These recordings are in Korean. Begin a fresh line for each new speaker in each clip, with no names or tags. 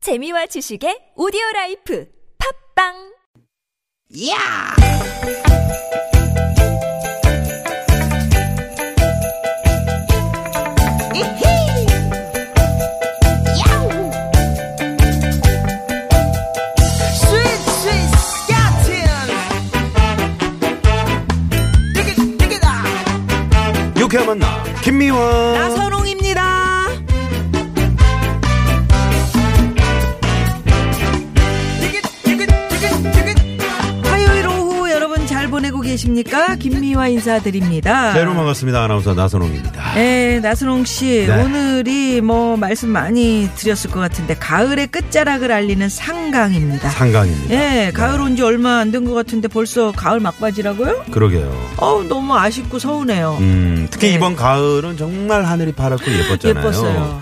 재미와 지식의 오디오 라이프 팝빵
야! 이히! 야우! 스윗, 스윗, 스캇틴! 띠깃, 띠깃아!
유쾌한 만나 김미화
나선홍입니다! 띠깃, 띠깃, 띠깃, 띠깃!
화요일 오후 여러분 잘 보내고 계십니까? 김미화 인사드립니다.
새로 반갑습니다 아나운서 나선홍입니다
네, 나순홍 씨.
네.
오늘이 뭐 말씀 많이 드렸을 것 같은데 가을의 끝자락을 알리는 상강입니다.
상강입니다 네.
예, 가을 온 지 얼마 안 된 것 같은데 벌써 가을 막바지라고요?
그러게요
어우, 너무 아쉽고 서운해요.
음, 특히
네.
이번 가을은 정말 하늘이 파랗고 예뻤잖아요
예뻤어요.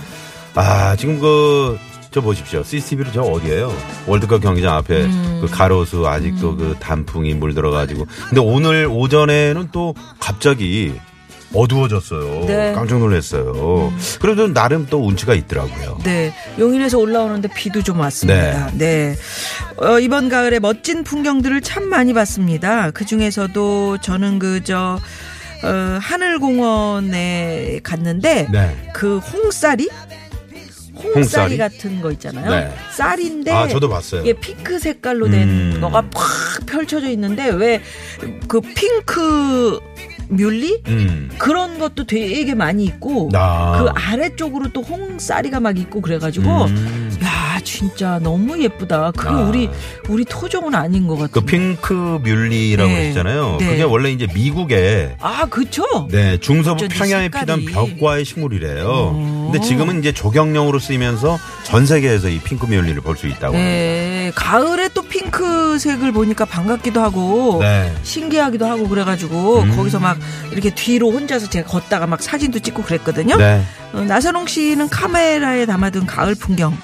아 지금 그 저 보십시오. CCTV로 저 어디예요? 월드컵 경기장 앞에
음.
그 가로수 아직도 그 단풍이 물들어가지고. 근데 오늘 오전에는 또 갑자기 어두워졌어요.
네. 음.
깜짝 놀랐어요. 그래도 나름 또 운치가 있더라고요.
네. 용인에서 올라오는데 비도 좀 왔습니다. 네. 어, 이번 가을에 멋진 풍경들을 참 많이 봤습니다. 그 중에서도 저는 그저 어, 하늘공원에 갔는데
네.
그 홍쌀이 홍쌀이,
홍쌀이?
같은 거 있잖아요.
네.
쌀인데
아, 저도 봤어요.
이게 핑크 색깔로 된
음.
거가 팍 펼쳐져 있는데 왜 그 핑크 뮬리
음.
그런 것도 되게 많이 있고
아.
그 아래쪽으로 또 홍사리가 막 있고 그래가지고
음.
야 진짜 너무 예쁘다. 그게
아.
우리 우리 토종은 아닌 것 같아.
그 핑크 뮬리라고
네.
하시잖아요.
네.
그게 원래 이제 미국의
아 그쵸?
네, 중서부
어쩐지
평양에
색깔이. 어.
피던 벽과의 식물이래요. 근데 지금은 이제 조경용으로 쓰이면서 전 세계에서 이 핑크 뮬리를 볼 수 있다고. 합니다.
네 가을에 또 핑크색을 보니까 반갑기도 하고.
네. 음.
신기하기도 하고 그래가지고 거기서 막 이렇게 뒤로 혼자서 제가 걷다가 막 사진도 찍고 그랬거든요.
네.
어, 나선홍 씨는 카메라에 담아둔 가을 풍경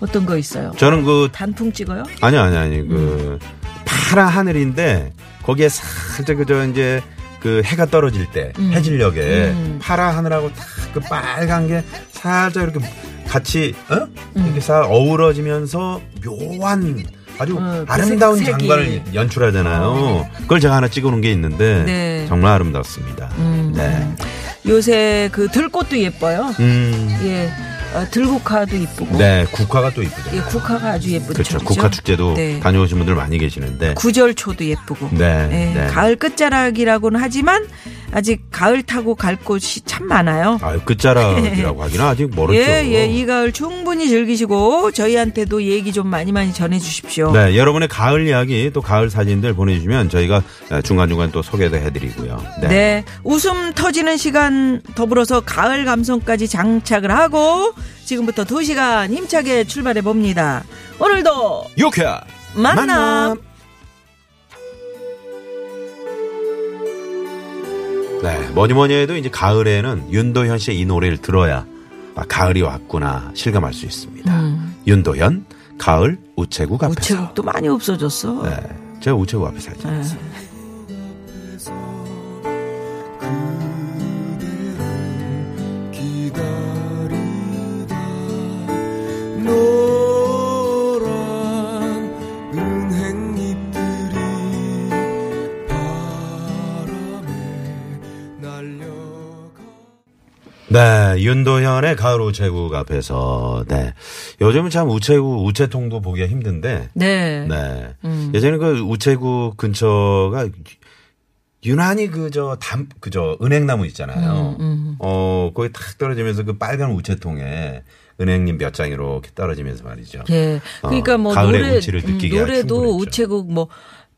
어떤 거 있어요?
저는 그
단풍 찍어요?
아니 아니 아니
음.
그 파란 하늘인데 거기에 살짝 그저 이제 그 해가 떨어질 때
음.
해질녘에 파란 하늘하고 딱 그 빨간 게 살짝 이렇게 같이 어?
음.
이렇게 살 어우러지면서 묘한 아주
어, 그
아름다운
색- 색이. 어,
장관을 연출하잖아요. 그걸 제가 하나 찍어놓은 게 있는데
네. 음,
정말 아름답습니다. 네.
요새 그 들꽃도 예뻐요.
음.
예, 어, 들국화도 이쁘고.
네. 국화가 또 이쁘죠.
예, 국화가 아주 예쁘죠.
그렇죠. 국화 축제도
네.
다녀오신 분들 많이 계시는데
구절초도 예쁘고.
네,
예,
네.
가을 끝자락이라고는 하지만 아직 가을 타고 갈 곳이 참 많아요.
아유 끝자락이라고 하기는 아직 멀었죠.
예, 예, 이 가을 충분히 즐기시고 저희한테도 얘기 좀 많이 많이 전해 주십시오.
네, 여러분의 가을 이야기 또 가을 사진들 보내주시면 저희가 중간중간 또 소개도 해드리고요. 네.
네, 웃음 터지는 시간 더불어서 가을 감성까지 장착을 하고 지금부터 두시간 힘차게 출발해 봅니다. 오늘도
유쾌한
만남.
네, 뭐니 뭐니 해도 이제 가을에는 윤도현 씨의 이 노래를 들어야 아, 가을이 왔구나 실감할 수 있습니다. 윤도현, 가을 우체국 앞에서.
음. 우체국도 네. 많이 없어졌어.
네, 제가 우체국 앞에 살지 않습니다.
기다리다 노란 은행잎들이 바람에 날려가
네, 윤도현의 가을 우체국 앞에서, 네. 요즘은 참 우체국, 우체통도 보기가 힘든데,
네.
네. 예전에 그 우체국 근처가 유난히 그저 담, 그저 은행나무 있잖아요.
음,
어, 거기 탁 떨어지면서 그 빨간 우체통에 은행잎 몇 장이 이렇게 떨어지면서 말이죠.
예. 그러니까
어,
뭐
가을의
노래
운치를 느끼게
노래도
충분했죠.
우체국 뭐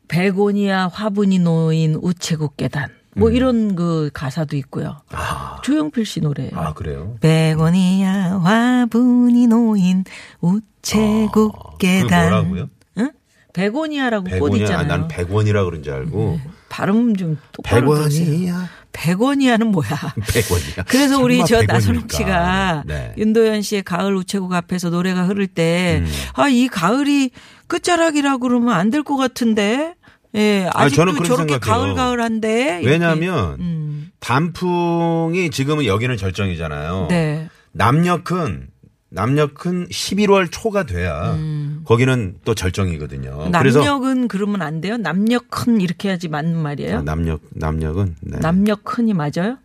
베고니아 화분이 놓인 우체국 계단 뭐
음.
이런 그 가사도 있고요.
아,
조용필 씨 노래.
아, 그래요?
베고니아 화분이 놓인 우체국
아, 그게
계단.
뭐라고요?
응? 베고니아라고 꽃
100원이야.
있잖아요. 네.
난 100원이라 그런 줄 알고.
발음 좀 똑바로 들으세요.
100원이야.
베고니아는 뭐야?
100원이야.
그래서 우리 저 나선홍 씨가
네.
윤도현 씨의 가을 우체국 앞에서 노래가 흐를 때,
음.
아, 이 가을이 끝자락이라 그러면 안 될 것 같은데, 예,
아니,
아직도
저는 그렇게
저렇게
생각해요.
가을가을한데. 이렇게.
왜냐하면
음,
어. 단풍이 지금은 여기는 절정이잖아요.
네.
남녘은 남녘은 11월 초가 돼야 거기는 또 절정이거든요. 어, 그래서
음. 남력은 그러면 안 돼요? 남력큰 이렇게 해야지 맞는 말이에요?
아, 남녘 남녘은 네.
남력큰이 맞아요?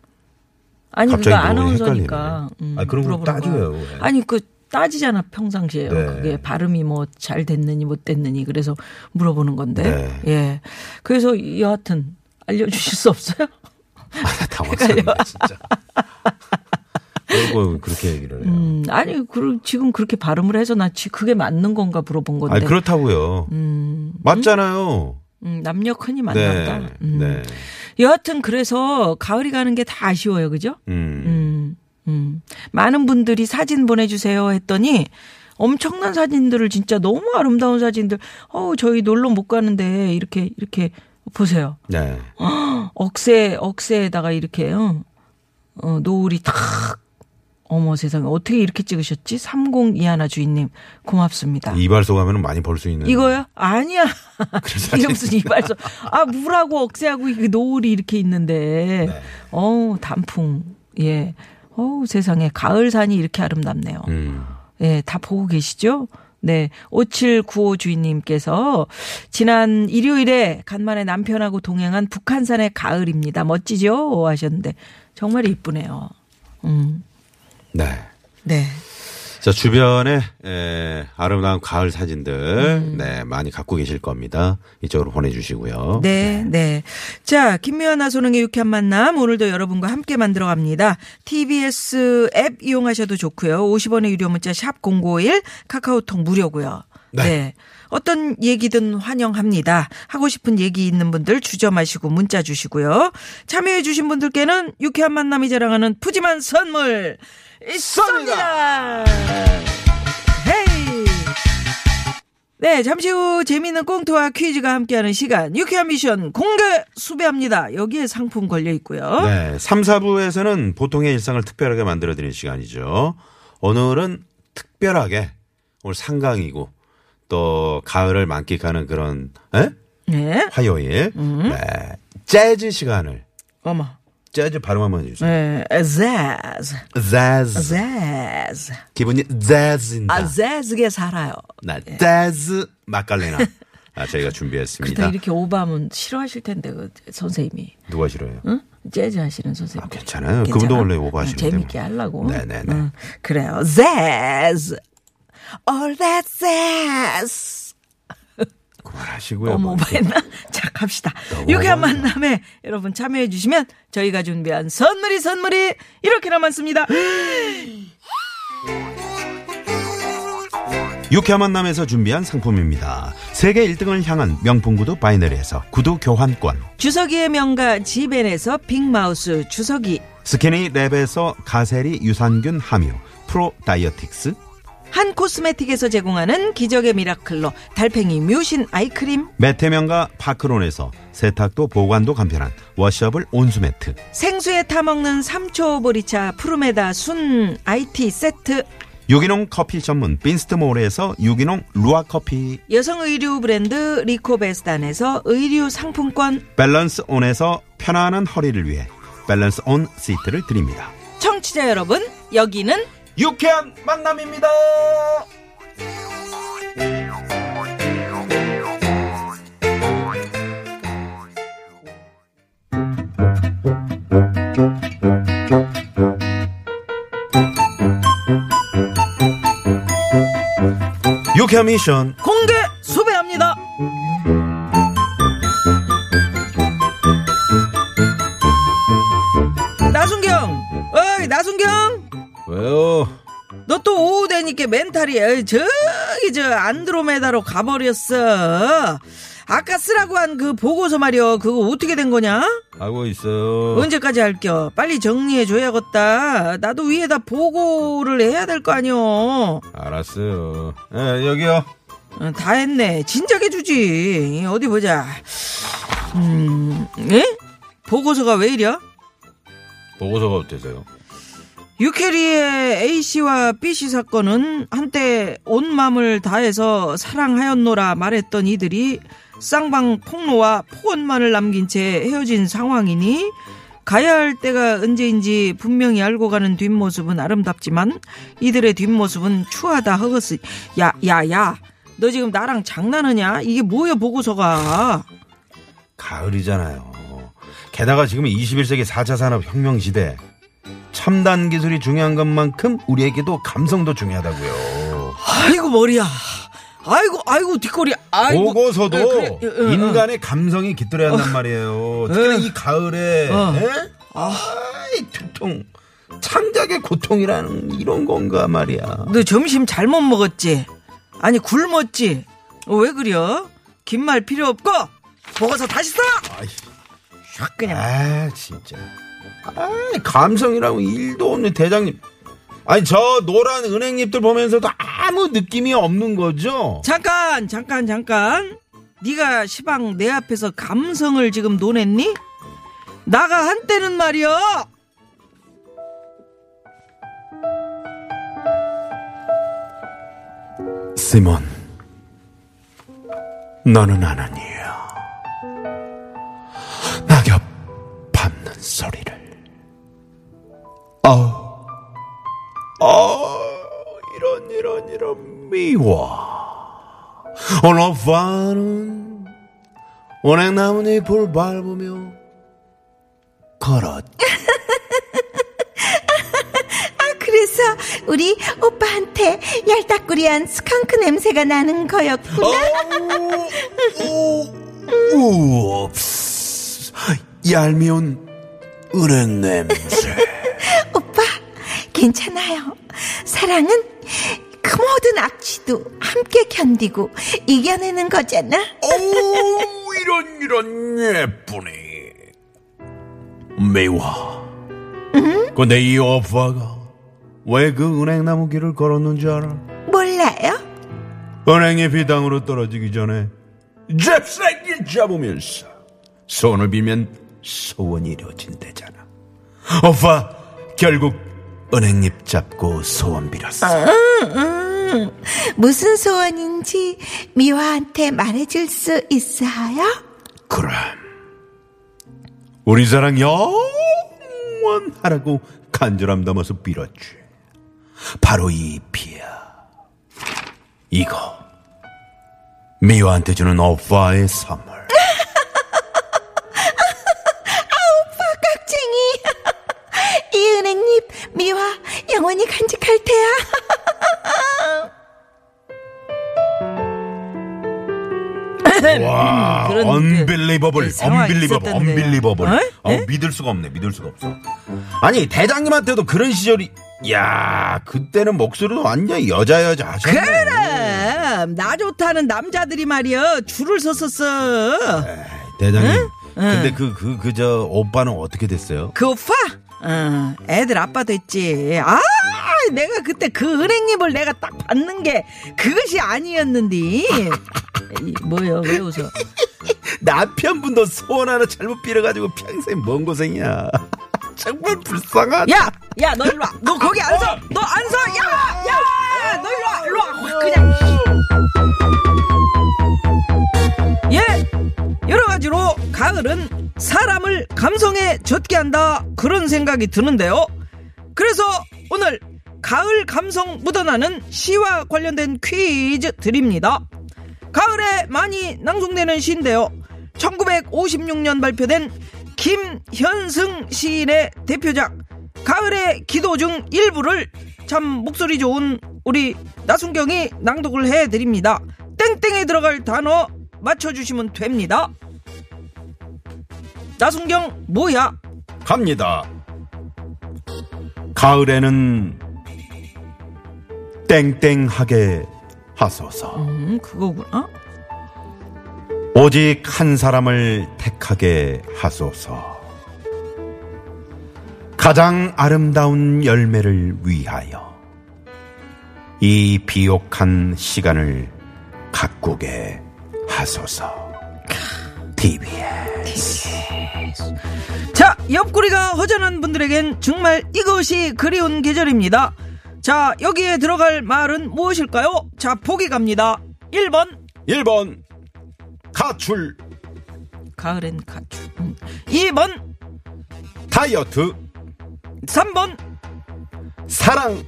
아니
갑자기
그러니까
너무 헷갈리네.
아나운서니까. 음,
아, 그런 거
물어보는
따져요.
거야.
왜?
아니 그 따지잖아 평상시에
네.
그게 발음이 뭐 잘 됐느니 못 됐느니 그래서 물어보는 건데
네.
예 그래서 여하튼 알려주실 수 없어요?
당황스럽네 아, 진짜. 그리고 그렇게 얘기를 해요.
음, 아니 그 지금 그렇게 발음을 해서 나 지- 그게 맞는 건가 물어본 건데
아 그렇다고요. 맞잖아요.
음, 남녀큰이
네.
만났다. 음.
네.
여하튼 그래서 가을이 가는 게 다 아쉬워요, 그죠?
음.
음, 음. 많은 분들이 사진 보내주세요 했더니 엄청난 사진들을 진짜 너무 아름다운 사진들. 어우 저희 놀러 못 가는데 이렇게 이렇게 보세요.
네.
억새 억새에다가 이렇게 어, 어, 노을이 탁. 어머 세상에 어떻게 이렇게 찍으셨지? 30 이하나 주인님 고맙습니다.
이발소 가면 많이 벌 수 있는.
이거요? 아니야.
네. 그래서
이게 무슨 이발소. 아, 물하고 억새하고 이게 노을이 이렇게 있는데.
네.
어우, 단풍. 예. 어우, 세상에. 가을산이 이렇게 아름답네요.
음.
예, 다 보고 계시죠? 네. 5795 주인님께서 지난 일요일에 간만에 남편하고 동행한 북한산의 가을입니다. 멋지죠? 하셨는데. 정말 이쁘네요. 음.
네.
네.
자, 주변에 에, 아름다운 가을 사진들
음.
네, 많이 갖고 계실 겁니다. 이쪽으로 보내 주시고요.
네, 네. 자, 김미연아 소능의 유쾌한 만남 오늘도 여러분과 함께 만들어 갑니다. TBS 앱 이용하셔도 좋고요. 50원의 유료 문자 샵 #051 카카오톡 무료고요. 네. 어떤 얘기든 환영합니다. 하고 싶은 얘기 있는 분들 주저 마시고 문자 주시고요. 참여해 주신 분들께는 유쾌한 만남이 자랑하는 푸짐한 선물 있습니다. 헤이. 네, 잠시 후 재미있는 꽁트와 퀴즈가 함께하는 시간 유쾌한 미션 공개 수배합니다. 여기에 상품 걸려 있고요.
네. 3, 4부에서는 보통의 일상을 특별하게 만들어 드리는 시간이죠. 오늘은 특별하게 오늘 상강이고 또 가을을 만끽하는 그런 에?
네.
화요일 네. 재즈 시간을
어머.
재즈 발음 한번 해 주세요.
네, 아, 재즈.
재즈.
재즈.
기분이 재즈인다.
아, 재즈게 예. 살아요.
나 재즈 마칼레나. 아, 저희가 준비했습니다.
그렇다 이렇게 오바하면 싫어하실 텐데 그 선생님이.
누가 싫어요?
응? 재즈 하시는 선생님.
아, 괜찮아요. 그분도 원래 오버하시는데
응, 재밌게
뭐.
하려고.
네네네.
응, 그래요. 재즈. All that jazz.
그만하시고요.
어머,
뭐.
오바했나? 자, 갑시다.
너무
유쾌한
오바했나?
만남에 여러분 참여해주시면 저희가 준비한 선물이 선물이 이렇게 남았습니다.
유쾌한 만남에서 준비한 상품입니다. 세계 1등을 향한 명품 구두 바이너리에서 구두 교환권.
주석이의 명가 지벤에서 빅마우스 주석이,
스키니 랩에서 가세리 유산균 함유. 프로 다이어틱스.
한 코스메틱에서 제공하는 기적의 미라클로 달팽이 뮤신 아이크림,
매태명과 파크론에서 세탁도 보관도 간편한 워셔블 온수매트.
생수에 타먹는 삼초 보리차 푸르메다 순 IT 세트,
유기농 커피 전문 빈스트몰에서 유기농 루아 커피.
여성 의류 브랜드 리코베스단에서 의류 상품권,
밸런스 온에서 편안한 허리를 위해 밸런스 온 시트를 드립니다.
청취자 여러분, 여기는
유쾌한 만남입니다. 유쾌한 미션
공개 수배합니다. 나순경, 어이 나순경,
왜요?
너 또 오후 되니까 멘탈이 어이, 저기 저 안드로메다로 가버렸어. 아까 쓰라고 한 그 보고서 말이여 그거 어떻게 된 거냐?
알고 있어요.
언제까지 할겨? 빨리 정리해 줘야겠다. 나도 위에다 보고를 해야 될 거 아니여.
알았어요. 예, 여기요.
어, 다 했네. 진작에 주지. 어디 보자. 음, 예? 보고서가 왜 이래?
보고서가 어때서요?
유캐리의 A씨와 B씨 사건은 한때 온 마음을 다해서 사랑하였노라 말했던 이들이 쌍방 폭로와 폭언만을 남긴 채 헤어진 상황이니 가야 할 때가 언제인지 분명히 알고 가는 뒷모습은 아름답지만 이들의 뒷모습은 추하다 허거스. 야, 야, 야. 너 지금 나랑 장난하냐? 이게 뭐야 보고서가.
가을이잖아요. 게다가 지금 21세기 4차 산업 혁명 시대. 첨단 기술이 중요한 것만큼 우리에게도 감성도 중요하다고요.
아이고 머리야. 아이고 아이고 뒷골이야. 아이고.
보고서도
예, 그래, 예, 예, 예.
인간의 감성이 깃들어야 한단 말이에요. 특히나 이 가을에
어.
예? 아이 두통 창작의 고통이라는 이런 건가 말이야.
너 점심 잘못 먹었지? 아니 굶었지? 어, 왜 그려? 긴 말 필요 없고 보고서 다시 써.
아이,
샥 그냥.
아 진짜. 아 감성이라고 일도 없는 대장님. 아니 저 노란 은행잎들 보면서도 아무 느낌이 없는 거죠.
잠깐 잠깐 잠깐. 네가 시방 내 앞에서 감성을 지금 논했니? 나가 한때는 말이야.
시몬, 너는 아나니야. 낙엽 밟는 소리를. 아우, 아우, 이런, 이런, 이런, 미워. 오늘 밤은 원행나무잎을 밟으며 걸었.
그래서 우리 오빠한테 얄딱구리한 스컹크 냄새가 나는 거였구나.
어? 오, 우옵스. 얄미운 은행 냄새.
오빠, 괜찮아요. 사랑은 그 모든 악취도 함께 견디고 이겨내는 거잖아.
오, 이런, 이런 예쁘니. 매워. 근데 이 오빠가 왜 그 은행나무 길을 걸었는지 알아?
몰라요?
은행이 비당으로 떨어지기 전에 잽싸게 잡으면서 손을 빌면 소원이 이루어진대잖아. 오빠, 결국 은행잎 잡고 소원 빌었어.
음, 무슨 소원인지 미화한테 말해줄 수 있어요?
그럼 우리 사랑 영원하라고 간절함 담아서 빌었지 바로 이 피야 이거 미화한테 주는 오빠의 선물
깍쟁이. 이 은행잎 미화 영원히 간직할 테야.
와
음, 그런 그
언빌리버블
상황이
언빌리버블
있었다는 거야.
언빌리버블
어?
어? 믿을 수가 없네 믿을 수가 없어 아니 대장님한테도 그런 시절이 야 그때는 목소리도 완전 여자 여자 하셨네
그럼 나 좋다는 남자들이 말이야 줄을 섰었어.
대장님 근데 그 그 그 저 오빠는 어떻게 됐어요?
그 오빠? 어, 애들 아빠 됐지. 아, 내가 그때 그 은행잎을 내가 딱 받는 게 그것이 아니었는디. 이, 뭐요? 왜 웃어?
남편분도 소원 하나 잘못 빌어가지고 평생 먼 고생이야. 정말 불쌍한.
야, 야, 너 일로 와. 너 거기 안 서. 너 안 서. 야, 야, 너 일로 와. 일로 와. 확 그냥. 이- 예, 여러 가지로 가을은 사람을 감성에 젖게 한다 그런 생각이 드는데요. 그래서 오늘 가을 감성 묻어나는 시와 관련된 퀴즈 드립니다. 가을에 많이 낭송되는 시인데요. 1956년 발표된 김현승 시인의 대표작 가을의 기도 중 일부를 참 목소리 좋은 우리 나순경이 낭독을 해드립니다. 땡땡에 들어갈 단어 맞춰주시면 됩니다. 나순경 뭐야?
갑니다. 가을에는 땡땡하게 하소서.
음 그거구나.
오직 한 사람을 택하게 하소서. 가장 아름다운 열매를 위하여 이 비옥한 시간을 가꾸게 하소서. TBS.
자, 옆구리가 허전한 분들에겐 정말 이것이 그리운 계절입니다. 자, 여기에 들어갈 말은 무엇일까요? 자, 보기 갑니다. 1번
1번 가출
가을엔 가출. 음. 2번
다이어트
3번,
사랑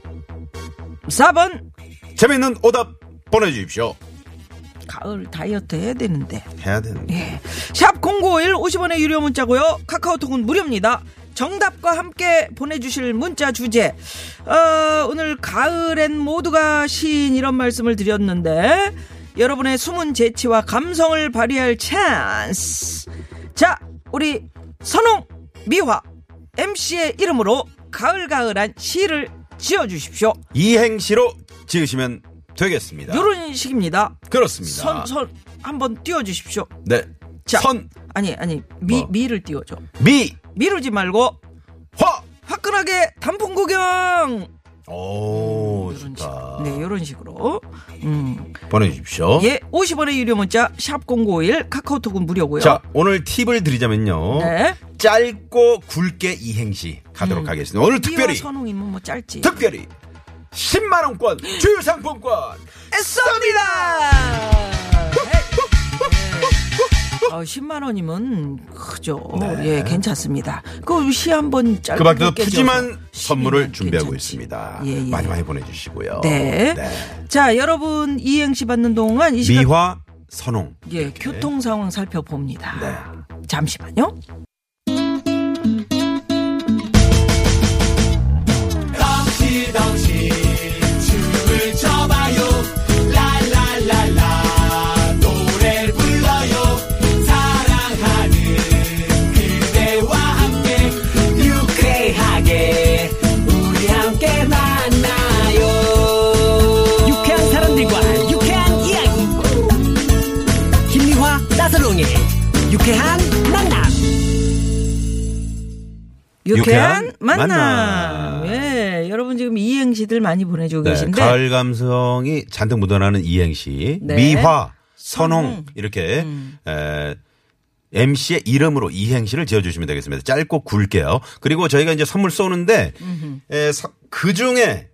4번.
재밌는 오답 보내주십시오.
가을 다이어트 해야 되는데.
해야
예.
되는데.
샵 0951 50원의 유료 문자고요. 카카오톡은 무료입니다. 정답과 함께 보내주실 문자 주제. 어, 오늘 가을엔 모두가 시인 이런 말씀을 드렸는데 여러분의 숨은 재치와 감성을 발휘할 찬스. 자, 우리 선홍 미화 MC의 이름으로 가을가을한 시를 지어주십시오.
이행시로 지으시면 되겠습니다.
요런 식입니다.
그렇습니다.
선, 선, 한번 띄워주십시오.
네.
자.
선,
아니, 아니, 미,
뭐?
미를 띄워줘.
미,
미루지 말고
화.
화끈하게 단풍 구경
오,
이런
좋다.
식으로 네 이런 식으로 음.
보내주십시오.
예 50원의 유료 문자 샵 #051 카카오톡은 무료고요.
자, 어? 오늘 팁을 드리자면요.
네. 음.
짧고 굵게 이행시 가도록 하겠습니다. 오늘 특별히,
이와 선홍이면 뭐 짧지.
특별히 10만원권 주유상품권
쏩니다. 어, 10만 원이면 크죠.
네.
예, 괜찮습니다. 그시한번 짧게
그 밖에도
깨져서
푸짐한
10이면
선물을 준비하고
괜찮지.
있습니다.
예, 예.
많이 많이 보내주시고요.
네. 자, 여러분 이행시 받는 동안 이 시간
미화 선홍.
예, 교통 상황 살펴봅니다.
네.
잠시만요.
유쾌한 사람들과 유쾌한 이야기 김미화 나선홍의 유쾌한 만남
유쾌한,
유쾌한
만남.
만남.
예, 여러분 지금 이행시들 많이 보내주고
네,
계신데
가을 감성이 잔뜩 묻어나는 이행시
네. 음.
미화 선홍 이렇게 에, MC의 이름으로 이행시를 지어주시면 되겠습니다. 짧고 굵게요. 그리고 저희가 이제 선물 쏘는데 그 중에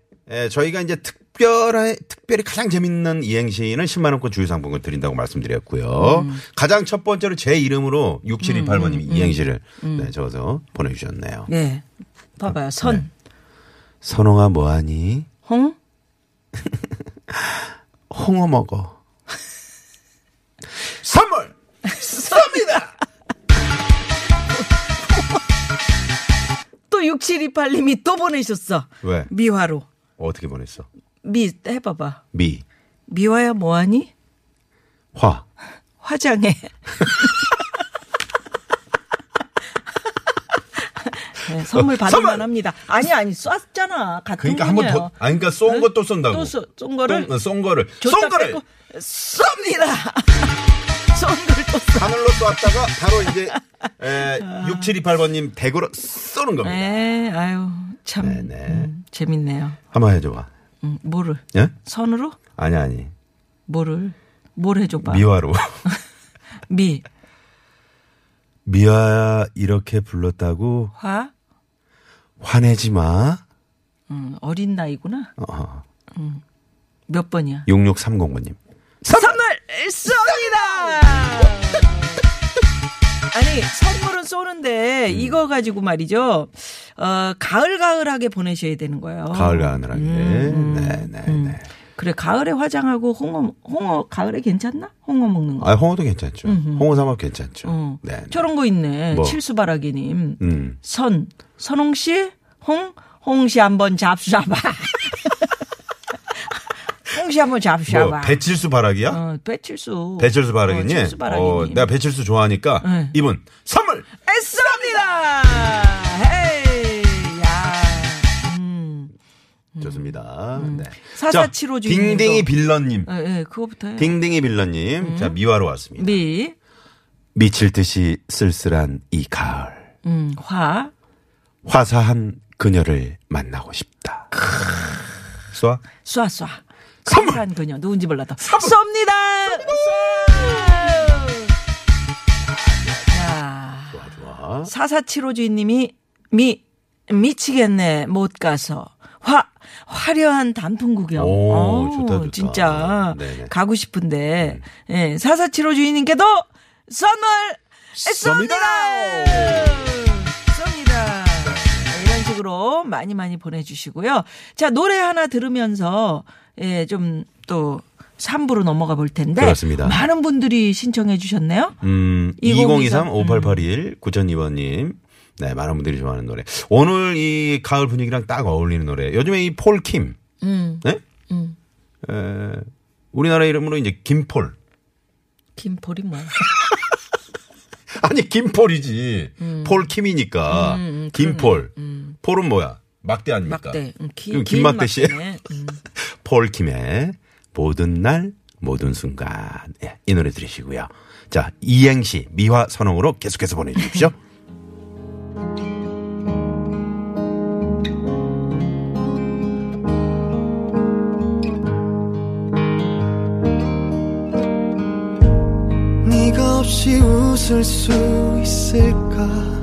저희가 이제 특별히 특별히 가장 재밌는 이행시는 10만 원권 주유상품권 드린다고 말씀드렸고요.
음.
가장 첫 번째로 제 이름으로 6728번님이 이행시를 네, 적어서 보내주셨네요.
음. 예, 봐봐요.
네.
선,
선홍아 뭐하니?
홍,
홍어 먹어. 선물 쏩니다.
또 6728님이 또 보내셨어.
왜?
미화로.
어떻게 보냈어?
미, 해봐봐.
미,
미화야 뭐하니?
화.
화장해. 네, 선물 받을만
어, 선물!
합니다. 아니, 아니, 쐈잖아. 같은
그러니까 한 번
분이에요.
더. 아니, 그러니까 쏜 것도 쏜다고.
또 쏘- 쏜 거를?
또, 어, 쏜 거를.
줬다
쏜 거를.
뺏고 쏩니다. 쏜 걸 또 쏴.
하늘로 쐈다가 바로 이제 에, 6728번님 댁으로 쏘는 겁니다.
네. 에, 아유, 참.
네. 네네.
음, 재밌네요.
한번 해줘봐.
음, 뭐를?
예?
선으로?
아니 아니.
뭐를? 뭘 해줘봐.
미화로.
미,
미화 이렇게 불렀다고
화,
화내지 마.
음, 어린 나이구나. 음,
어,
몇 번이야?
6630번님.
선물 쏩니다! 아니, 선물은 쏘는데,
음.
이거 가지고 말이죠. 어, 가을가을하게 보내셔야 되는 거예요.
가을 가느라게.
음.
네, 네, 네.
그래, 가을에 화장하고 홍어, 홍어, 가을에 괜찮나? 홍어 먹는 거.
아, 홍어도 괜찮죠. 홍어 삼합 괜찮죠.
어.
네. 네.
저런 거 있네.
뭐?
칠수바라기님.
음.
선, 선홍 씨, 홍, 홍 씨 한번 잡수잡아. 홍 씨 한번
뭐
잡수잡아.
배칠수 바라기야?
어, 배칠수.
배칠수 바라기니?
어, 칠수 바라기님.
어, 내가 배칠수 좋아하니까
네.
이분 선물.
애써입니다. 헤이, 야. 음.
좋습니다. 네.
사사칠오
자,
주인님도.
딩딩이 빌런님.
예, 예, 그거부터 해.
딩딩이 빌런님. 자, 미화로 왔습니다.
음. 미,
미칠 듯이 쓸쓸한 이 가을.
음, 화,
화사한 그녀를 만나고 싶다. 쏴?
쏴, 쏴.
선물!
한 그녀, 누군지 몰라도. 쏩니다! 쏴! 야.
좋아, 좋아.
4475 주인님이 미, 미치겠네, 못 가서. 화, 화려한 단풍 구경.
오,
어우,
좋다, 좋다.
진짜.
네네. 음.
가고 싶은데. 예, 4475 주인님께도 선물 쏩니다!
쏩니다.
쏩니다. #으로 많이 많이 보내주시고요. 자 노래 하나 들으면서 예좀 또 3부로 넘어가 볼 텐데
그렇습니다.
많은 분들이 신청해 주셨네요.
음, 2023
2023 음.
5881 9002번님. 네, 많은 분들이 좋아하는 노래. 오늘 이 가을 분위기랑 딱 어울리는 노래. 요즘에 이 폴킴.
음.
네? 에, 우리나라 이름으로 이제 김폴.
김포리 뭐야?
아니, 김폴이지.
음.
폴킴이니까. 김폴. 폴은 뭐야? 막대 아닙니까?
막대. 음, 기-
그럼
긴
김막대 씨.
막대네. 음.
폴킴의 모든 날, 모든 순간. 예, 이 노래 들으시고요. 자, 이행시, 미화 선홍으로 계속해서 보내주십시오.
네가 없이 웃을 수 있을까